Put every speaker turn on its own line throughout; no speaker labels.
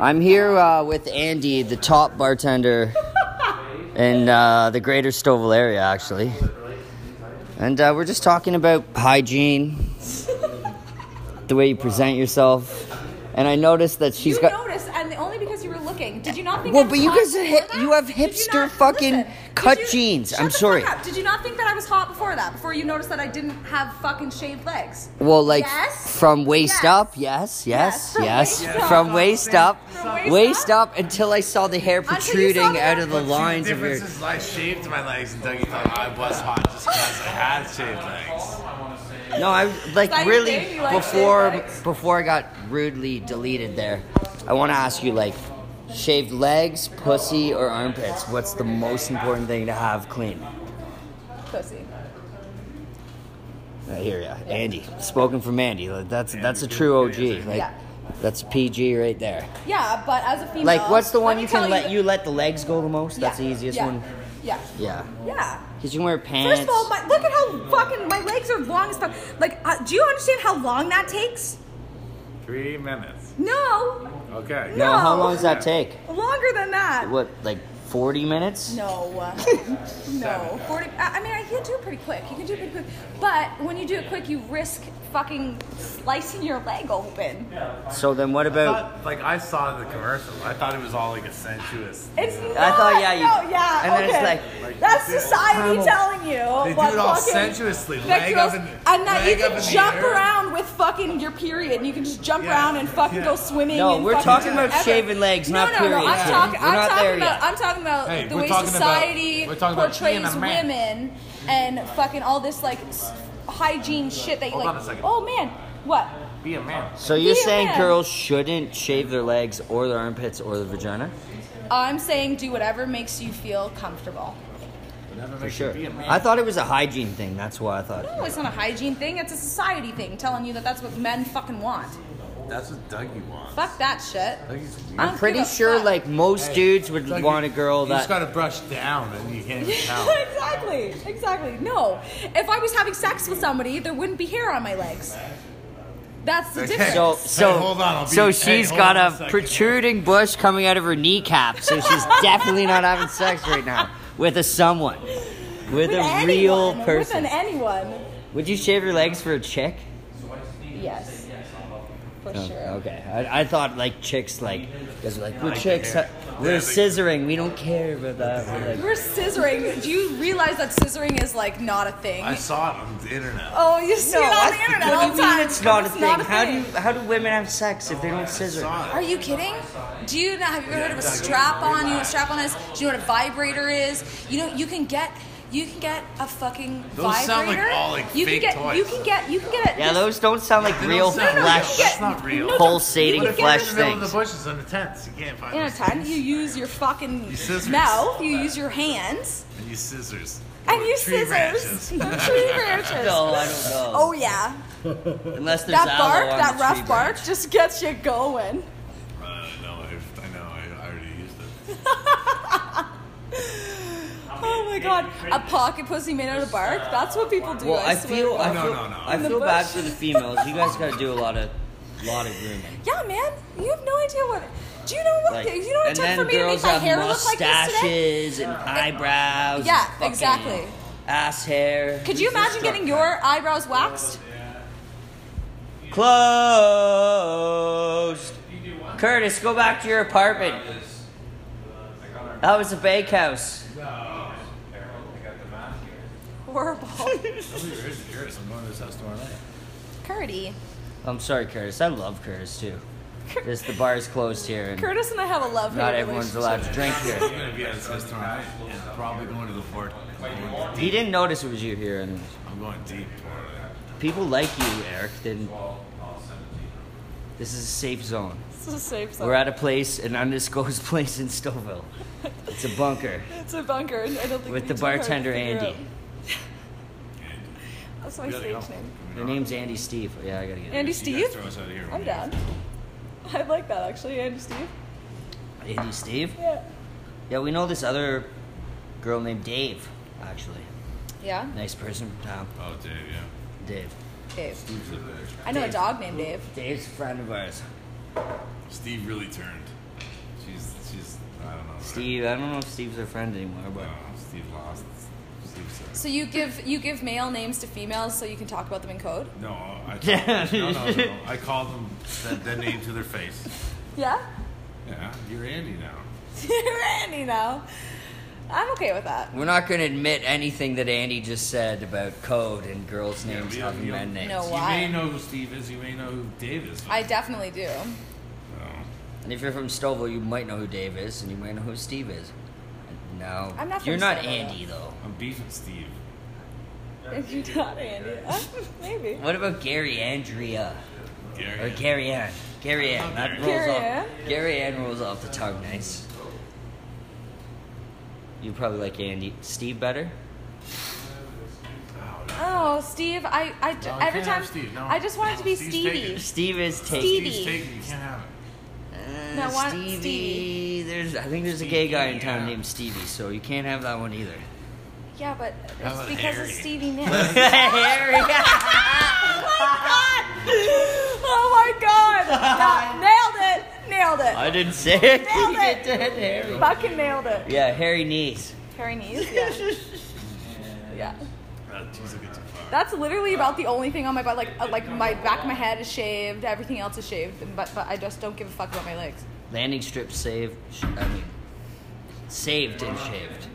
I'm here uh, with Andy, the top bartender in uh, the greater Stouffville area, actually. And uh, we're just talking about hygiene, the way you present yourself. And I noticed that she's
you
got.
noticed, and only because you were looking. Did you not think?
Well,
I was
but you
hot
guys are
before
hip-
that?
you have
Did you
hipster
not-
fucking
listen, did
cut
you-
jeans.
shut
I'm
the fuck
sorry.
up. Did you not think that I was hot before that? Before you noticed that I didn't have fucking shaved legs.
Well, like
Yes?
from waist
Yes.
up, yes, yes, yes,
Yes, from waist up.
from waist up,
From waist
waist
up.
up until I saw the hair
Until you saw
protruding
the
out
hair-
of the
But see,
lines
The
of your.
difference is I shaved my legs and Dougie thought I was hot just because I had shaved legs.
No, I like
Is that your
really
thing? You like
before
shaved legs?
before I got rudely deleted there. I want to ask you like shaved legs, pussy, or armpits. What's the most important thing to have clean?
Pussy.
I hear ya, Andy. Spoken from Andy. Like, that's that's a true OG. Like
Yeah.
that's PG right there.
Yeah, but as a female.
Like what's the
let
one
me
you
tell
can let
that-
you let the legs go the most? That's the
Yeah,
easiest
yeah,
one.
Yeah.
Yeah.
Yeah.
Cause you can wear pants.
First of all, my, look at how fucking my legs are long as fuck. Like, uh, do you understand how long that takes?
Three minutes.
No,
Okay.
no, how
no.
long does that take?
longer than that.
What, like forty minutes?
No, uh, no.
Seven.
Forty. I I mean, I can do it pretty quick. You can do it pretty quick, but when you do it quick, you risk fucking slicing your leg open.
So then what
I
about?
thought, like I saw the commercial. I thought it was all like a sensuous.
It's not.
I thought, yeah, you-
no, yeah.
and then it's
okay.
like-
that's society telling you.
They do
what
it all
fucking
sensuously, leg
sex
up
was-
in-
and that you
leg up
can
in the
jump
air.
around with fucking your period. And you can just jump
Yeah.
around and fucking
Yeah.
go swimming.
No,
and
we're
fucking
talking
do
about
whatever.
shaving legs,
no,
not
no,
periods.
No, I'm,
Yeah.
talking.
We're
I'm
not
talking
there
about.
yet.
I'm talking about
Hey,
the
we're
way
talking about-
society
we're talking about being
portrays
a man.
women and fucking all this like s- hygiene shit that you
Hold
like.
on a second.
Oh man, what?
Be a man.
So you're
Yeah.
saying girls shouldn't shave their legs or their armpits or their vagina?
I'm saying do whatever makes you feel comfortable.
Whatever
For
makes you
sure.
be a man.
I thought it was a hygiene thing. That's why I thought.
No, Oh, it's not a hygiene thing. It's a society thing telling you that that's what men fucking want.
That's what Dougie wants.
Fuck that shit.
Dougie's weird.
I
I'm
don't
pretty
give a
sure
fuck.
like most dudes would
Dougie,
want a girl
you just
that.
gotta brush down and you can't even tell.
exactly. Exactly. No. If I was having sex with somebody, there wouldn't be hair on my legs. That's the
Okay.
difference.
So
Hey,
so
hold on, I'll be-
so
hey,
she's
hold
got
on a
a
second.
protruding bush coming out of her kneecap. So she's definitely not having sex right now with a someone, with,
with
a
anyone,
real
With an
person.
anyone.
Would you shave your legs for a chick?
Yes. For
Oh,
sure.
Okay, I, I thought like chicks like because like we're
Like
chicks,
hair.
huh? we're
Yeah, they-
scissoring, we don't care about that. We're like-
We're scissoring. Do you realize that scissoring is like not a thing?
I saw it on the internet.
oh, you see it on
I-
the internet
What
all
do you
the
mean
time.
it's not a
It's
thing? How do you, how do women have sex if they don't scissor?
Saw
Are you kidding? Do you know? Have you ever heard of a strap-on? You know what strap-on is? Do you know what a vibrator is? You know you can get you can get a fucking
Those
vibrator.
sound like all, like,
you
fake
can get
toys.
you can get you can get a
Yeah, those don't sound like
They don't
real
sound real.
flesh,
That's not real. No,
pulsating
you can
flesh
in the middle of the
things.
bushes in the tents. You can't find
in a
those
tent.
things.
You use your fucking
You scissors.
mouth. You use your hands
And you scissors.
and
Or
you
tree
scissors.
branches. Uh,
Tree branches.
No, I don't know.
Oh yeah,
Unless there's
that
aloe
bark,
on
that
the tree
rough
branch.
bark, just gets you going.
Uh, no, I've, I know. I, I already used it.
Oh my god, a pocket pussy made out of bark. That's what people do.
Well,
I,
I
swear.
feel, I
No,
feel,
no, no.
I
In the
feel bad
bush.
for the females. You guys gotta do a lot of, lot of grooming.
Yeah, man, you have no idea what. Do you know what?
Like,
you know what it
and
took
then
for me to
girls
make my
have
hair look like this today?
mustaches and eyebrows. and
Yeah,
fucking
exactly.
Ass hair.
Could you imagine getting your eyebrows waxed?
Closed. Curtis, go back to your apartment. That was a bakehouse.
Horrible.
Nobody really cares. I'm going to this house tomorrow night.
Curdy.
I'm sorry, Curtis. I love Curtis too. Just the bar is closed here, and
Curtis and I have a love
not
hate
everyone's
relationship.
allowed to drink
I'm
here.
going to be at this house tomorrow night. And probably going to the fort. I'm
He didn't notice it was you here, and
going deep tomorrow night.
people like you, Eric. Didn't. This is a safe zone.
It's a safe zone.
We're at a place, an undisclosed place in Stouffville. It's a bunker
It's a bunker. and I don't think
with
it'd
the
be too hard to
bartender
figure
Andy.
out. That's my
Really,
stage
no.
name.
Their name's Andy Steve. Yeah, I gotta get.
Andy
You guys
Steve.
throw us out of here.
I'm down. I like that actually, Andy Steve.
it. Andy Steve.
Yeah.
Yeah, we know this other girl named Dave, actually.
Yeah.
Nice person from town.
Oh, Dave, yeah.
Dave.
Dave.
Steve's a bitch.
I know a
Dave.
dog named Dave.
Dave's a friend of ours.
Steve really turned. She's she's I don't know.
Steve, I don't know if Steve's our friend anymore, but
Wow, Steve lost. Steve said.
So you give you give male names to females so you can talk about them in code.
No, I
Yeah.
no, no, no. I called them said their name to their face.
Yeah,
Yeah, you're Andy now.
Randy now. I'm okay with that.
we're not going to admit anything that Andy just said about code and girls'
Yeah,
names
we-
having
we-
men names.
No.
You
Why?
may know who Steve is. You may know who Dave is.
I definitely do.
No.
And if you're from Stovall, you might know who Dave is, and you might know who Steve is. No,
I'm not from
You're not
Stovall.
Andy though.
I'm beefing Steve.
If you got Andy, maybe.
What about Gary Andrea
Gary.
or Gary Ann? Gary Ann. That rolls
Gary
off.
Ann?
Gary Ann rolls off the tongue nice. You probably like Andy Steve better.
Oh, no.
Oh, Steve, I, I j-
No, I
every
can't
time
have Steve, no.
I just want it to be
Steve's
Stevie.
taken.
Steve is
Stevie.
tasty.
Steve's taken. You can't have it.
Uh,
No, what-
Stevie.
Stevie.
There's, I think there's a gay guy in town
Stevie, yeah.
named Stevie, so you can't have that one either.
Yeah, but
How
it's
about
because
Harry?
of Stevie Nicks.
Harry.
oh my God! Yeah, nailed it! Nailed it!
I didn't say it.
Nailed it.
You did, Harry.
Fucking nailed it.
Yeah, Harry knees.
Harry knees. Yeah. yeah.
Oh, geez, I get too far.
That's literally about the only thing on my butt. Like, uh, like my back of my head is shaved. Everything else is shaved. But, but I just don't give a fuck about my legs.
Landing strip saved. sh- I mean, saved and shaved.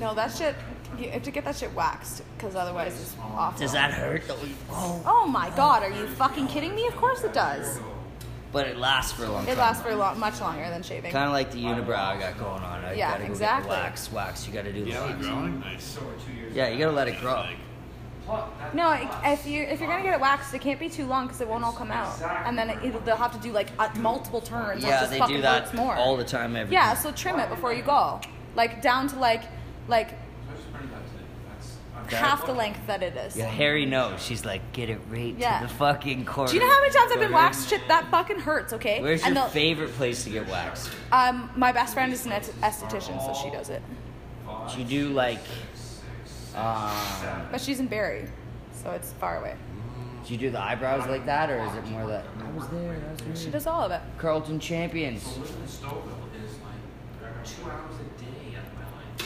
No, that shit. You have to get that shit waxed, because otherwise it's awful.
Does that hurt? Oh,
Oh my god, are you fucking kidding me? Of course it does.
but it lasts for a long time.
It lasts for a lot, much longer than shaving.
Kind of like the unibrow I got going on. I
Yeah,
gotta go
exactly.
Get the wax, wax. You gotta do the
Yeah,
wax.
they're growing nice.
Yeah, you gotta let it grow.
Like,
No, i- if you if you're gonna get it waxed, it can't be too long because it won't all come out, and then it, it'll, they'll have to do like uh, multiple turns. which
Yeah,
just
they
fucking
do that
hurts more.
all the time. Every
yeah, so trim it before you go, like down to like like half the length that it is.
Yeah, Harry knows. She's like, get it right
Yeah.
to the fucking core.
Do you know how many times I've been waxed? Shit, that fucking hurts. Okay.
Where's
and
your
they'll-
favorite place to get waxed?
Um, my best friend is an est- esthetician, so she does it,
Do you do like, uh,
but she's in Barrie, so it's far away.
do you do the eyebrows like that, or is it more like I was there? I was there.
She does all of it.
Carlton champions.
Living in Stouffville is like two hours a day out of my life.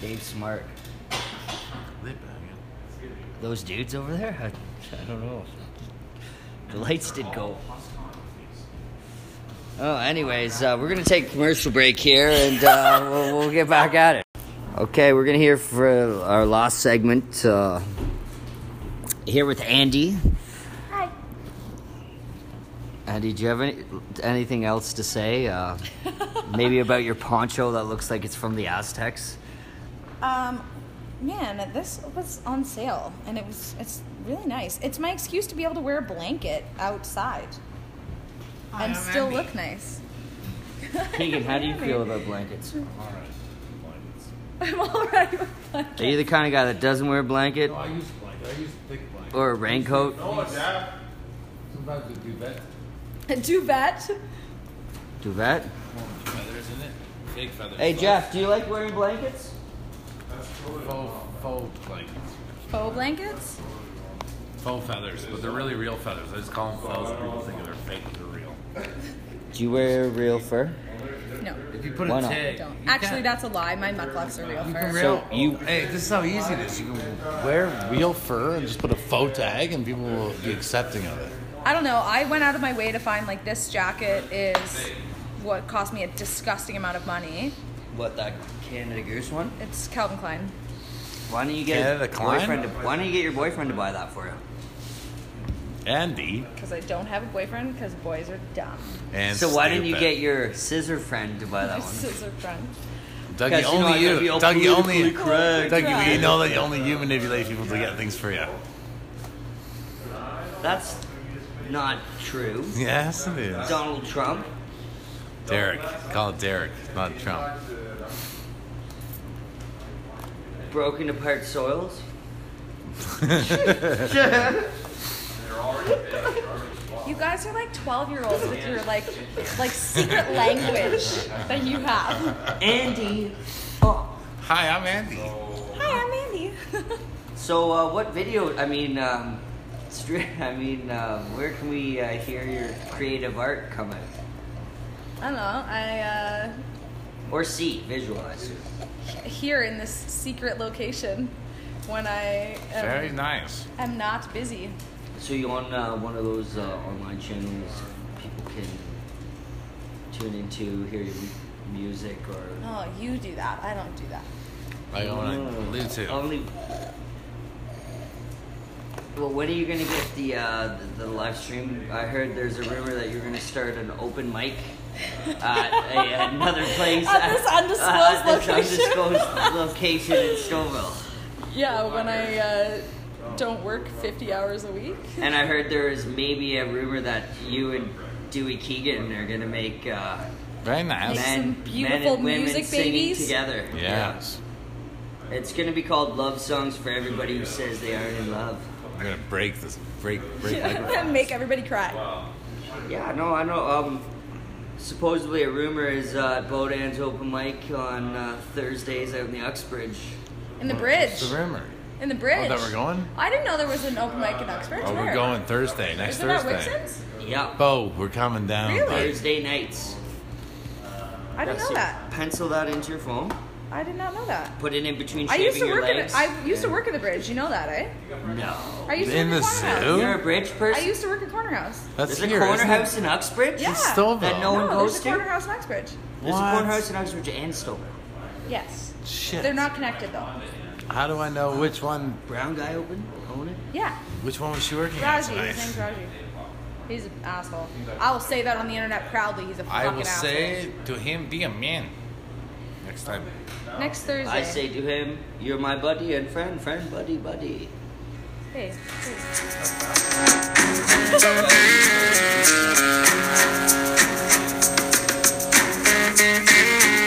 Dave Smart.
lip banging.
Those dudes over there? I, I don't know. The lights did go. Oh, anyways, uh, we're going to take a commercial break here and uh, we'll, we'll get back at it. Okay, we're going to hear for our last segment. Uh, here with Andy.
Hi.
Andy, do you have any, anything else to say? Uh, maybe about your poncho that looks like it's from the Aztecs?
Um, man, this was on sale, and it was it's really nice. It's my excuse to be able to wear a blanket outside and still look nice.
Keegan, how do you feel about blankets?
All right. Blankets.
I'm already with
Are you the kind of guy that doesn't wear a blanket
No, I use blankets. I use thick blankets.
or a raincoat?
No, Dad. Sometimes it do better.
a duvet.
Duvet?
Feathers in it. Fake feathers.
Hey Jeff, do you like wearing blankets?
Faux, faux blankets.
Faux blankets?
Faux feathers, but they're really real feathers. I just call them faux. People think they're fake, but they're real.
Do you wear real fur?
No,
If you put
Why
a
not?
tag,
don't.
you
Actually,
can.
that's a lie. My mucklucks are real
You can
fur.
So
real,
you-
hey, this is how easy it is. You can wear real fur and just put a faux tag, and people will be accepting of it.
I don't know. I went out of my way to find like this jacket is what cost me a disgusting amount of money.
What that Canada Goose one?
It's Calvin Klein.
Why don't you get
Canada
a
Klein?
boyfriend? To, why don't you get your boyfriend to buy that for you?
Andy
Because I don't have a boyfriend. Because boys are dumb.
and
so why didn't you
stupid.
get your scissor friend to buy that one?
Scissor friend.
Dougie?
Because, you know, I
Only
gotta
you,
be all
Dougie. Only
politically correct.
Dougie. We know that only you manipulate people to get things for you.
That's not true.
Yes, it is.
Donald Trump.
Derek,
Oh,
call it Derek, not Trump.
Broken apart soils.
You guys are like 12 year olds with your like like secret language that you have.
Andy. Oh.
Hi, I'm Andy.
Hi, I'm Andy.
So uh, what video? I mean, um, stre- I mean, uh, where can we uh, hear your creative art come out?
I don't know. I
Or C, visualize.
uh, here in this secret location when I am,
Very nice.
am not busy.
So you on uh, one of those uh, online channels people can tune into, hear your mu- music, or
Oh, you do that. I don't do that.
I own it.
Mm.
Bluetooth.
Only. Well, when are you gonna get the, uh, the the live stream? I heard there's a rumor that you're gonna start an open mic at a, another place
At this undisclosed
at this
location.
undisclosed location in Scoville.
Yeah, when I uh, don't work 50 hours a week.
And I heard there is maybe a rumor that you and Dewey Keegan are gonna make uh,
Very nice.
Make
men,
some
men
beautiful
and women
music
singing
babies.
together.
Yes.
Yeah. It's gonna be called Love Songs for Everybody Who Says They Aren't in Love.
I'm gonna break this. Break. Break. my-
Make everybody cry.
Yeah, no, I know. Um, supposedly a rumor is uh, Bodan's open mic on uh, Thursdays out in the Uxbridge.
In the bridge.
It's a rumor.
In the bridge.
Oh, that we're going?
I didn't know there was an open mic in Uxbridge.
Oh, we're
Where?
going Thursday. Next
Isn't that
Thursday.
Wixon's?
Yeah,
Bo, we're coming down.
Really?
bud.
Thursday nights.
I didn't know that.
Pencil that into your phone.
I did not know that.
Put it in between
I
shaving
used to
your
work at
legs.
the, I used to work at the bridge. You know that, eh?
No.
I used to
In
work
the
at Corner
zoo?
House.
You're a bridge
I
person.
used to work at Corner House.
That's
There's a
here,
corner
isn't
house in Uxbridge.
Yeah.
It? Still
That no one
no, there's
goes
a
to.
Corner House in Uxbridge.
There's a
What?
corner house in Uxbridge and Stowe.
Yes.
Shit.
They're not connected though.
How do I know which one?
Brown guy open, own it.
Yeah.
Which one was she working at
Raji. His
tonight?
name's Raji. He's an asshole. I will say that on the internet proudly. He's a fucking
I will
asshole.
say to him, be a man. Next time.
Next Thursday.
I say to him, "You're my buddy and friend, friend, buddy, buddy."
Hey. hey.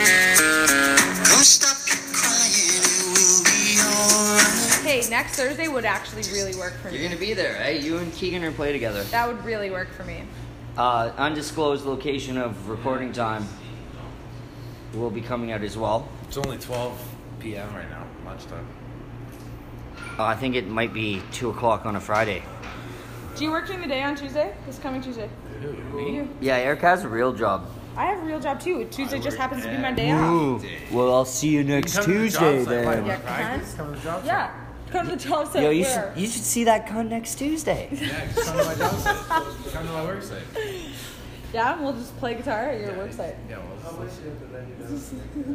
Don't stop crying, it will be alright.
Hey, next Thursday would actually really work for
You're
me.
gonna be there, right? You and Keegan are play together.
That would really work for me.
Uh, undisclosed location of recording time will be coming out as well.
It's only 12 p.m. right now, lunchtime.
Uh, I think it might be two o'clock on a Friday.
Do you work during the day on Tuesday? This coming Tuesday. You.
Yeah, Eric has a real job.
I have a real job too. Tuesday just happens to be my day off.
Ooh. Well, I'll see you next Tuesday then.
Yeah, cunts. Yeah. Come to the job site.
Yo, you should,
where?
you should see that cunt next Tuesday.
Yeah, just come to my job site. Come to my work site.
Yeah, we'll just play guitar at your work site.
Yeah, well,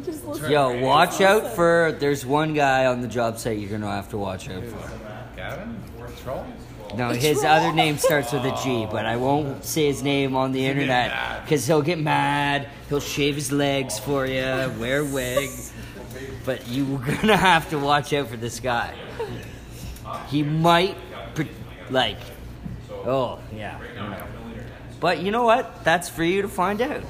Just listen.
Yo, watch out for. There's one guy on the job site you're gonna have to watch out for.
Gavin? Troll?
No, his other name starts with a G, but I won't say his name on the internet
mad.
because he'll get mad. He'll shave his legs for you, wear wigs. But you're gonna have to watch out for this guy. He might, pre- like, oh yeah. But you know what? That's for you to find out.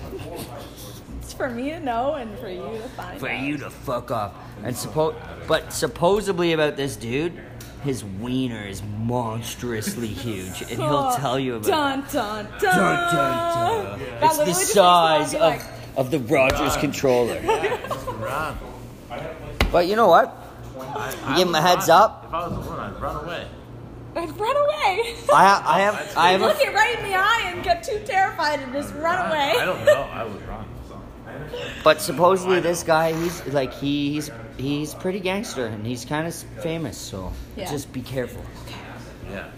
It's for me to know and for you to find
for
out.
you to fuck off. And suppo- but supposedly about this dude, his wiener is monstrously huge, and he'll tell you about
Oh, dun, dun, dun.
it. Dun, dun, dun.
That
It's
literally
the
just makes me wanna
size
be
of,
like,
of the Rogers controller.
Run.
But you know what? You give him a heads up.
If I was the one, I'd run away.
I'd run away.
I, ha- I have I have
Look
a,
it right in the eye and get too terrified and just run away.
I don't know. I would run.
but supposedly this guy he's like he's he's pretty gangster and he's kind of famous so
Yeah.
just be careful.
Yeah.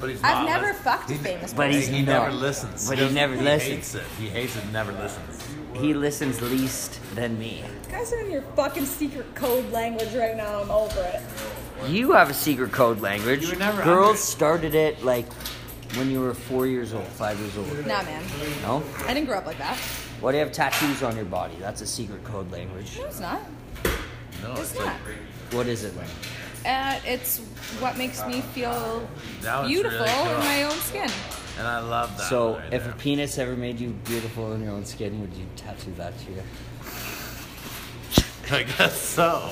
But he's
I've
not.
never
That's-
fucked a famous
But
person.
he's
He
not.
never listens.
But he never
he
listens.
Hates it. He hates it. Never listens.
He listens least than me.
You guys are in your fucking secret code language right now. I'm over it.
You have a secret code language.
You were never
Girls
under it.
started it like when you were four years old, five years old.
Nah, man.
No?
I didn't grow up like that.
What do you have tattoos on your body? That's a secret code language.
No, it's not.
No,
It's not.
What is it like?
Uh, it's what makes me feel
That was
beautiful
really cool.
in my own skin.
And I love that.
so,
one right
if
there.
a penis ever made you beautiful in your own skin, would you tattoo that to you?
I guess so.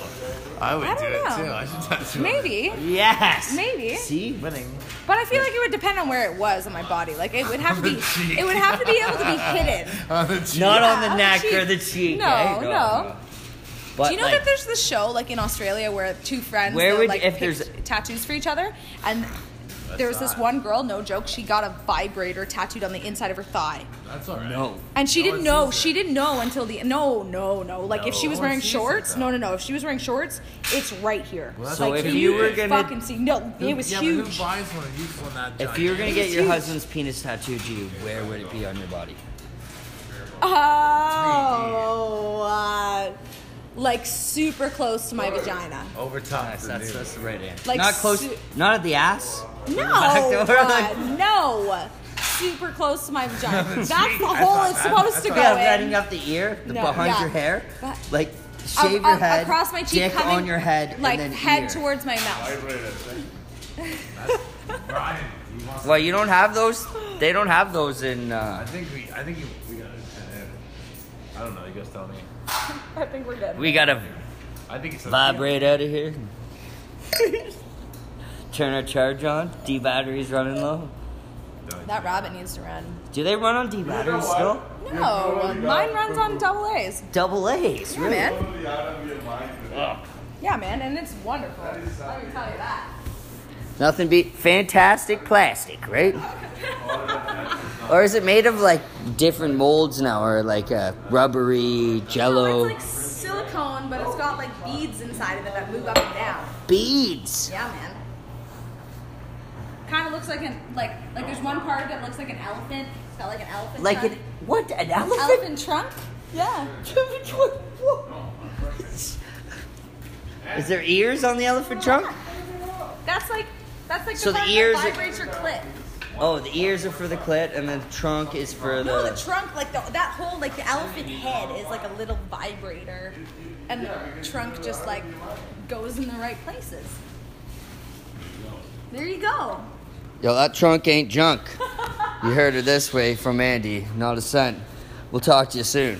I would
I
do
don't
it
know.
too. I should tattoo.
Maybe,
Yes!
maybe.
See?
Winning.
But I feel like it would depend on where it was on my body. Like it would have to be,
The cheek.
it would have to be able to be hidden.
On the cheek.
Not on
on
the
the
neck
cheek.
or the cheek.
Oh, No,
eh?
no.
But
Do you know
like,
that there's the show like in Australia where two friends
Where
they'll,
would-
like
if
pick
there's-
tattoos for each other and there was this one girl, no joke, she got a vibrator tattooed on the inside of her thigh.
That's all right.
No.
And she
No
didn't
one
know.
sees it.
She didn't know until the no, no, no. Like if she
No
was
one
wearing
sees it,
shorts,
though.
no, no, no. If she was wearing shorts, it's right here.
that's
So
like
if you were
could
gonna-
fucking see, no,
Who-
it was
yeah, But
huge.
who buys one of these one that
If
giant?
you were gonna
It
get
was
your
huge.
husband's penis tattooed to you, where would it be on your body?
Oh, uh, like super close to my vagina.
over time,
That's that's, that's the right answer.
Like
not close.
su-
not at the ass.
No,
back door,
uh,
like-
no, super close to my vagina. That's the
I
hole
thought
it's
that-
supposed to go
Yeah,
in.
running up the ear, the
No,
behind
yeah.
your hair,
But-
like shave
Up-
your
up-
head,
across my cheek,
dick
coming
on your head,
like
and then
head
ear.
towards my mouth.
Brian, he wants.
Well, you don't have those. They don't have those in.
I
Uh,
think we. I think you, we got. I don't know. You guys tell me.
I think we're good.
we gotta
I think it's a
vibrate out of here. Turn our charge on. D battery's running low.
That rabbit needs to run.
Do they run on D batteries still?
No, mine runs on double A's.
Double A's.
Yeah, man. Yeah, man, and it's wonderful. Let me tell you that.
Nothing beat fantastic plastic, right? or is it made of like different molds now, or like uh, rubbery
No,
jello
it's like silicone, but it's got like beads inside of it that move up and down.
beads?
Yeah, man. Kind of looks like an like like there's one part that looks like an elephant. It's got like an elephant.
Like
trunk.
it? What an elephant?
elephant trunk. Yeah.
Is there ears on the elephant trunk?
That's like that's like
So the
the, part
ears are-
that vibrates your clit.
Oh, the ears are for the clit, and the trunk is for
No, the
the.
trunk, like the, that whole, like the elephant head is like a little vibrator, and the trunk just like goes in the right places. There you go.
Yo, that trunk ain't junk. you heard it this way from Andy. Not a cent. We'll talk to you soon.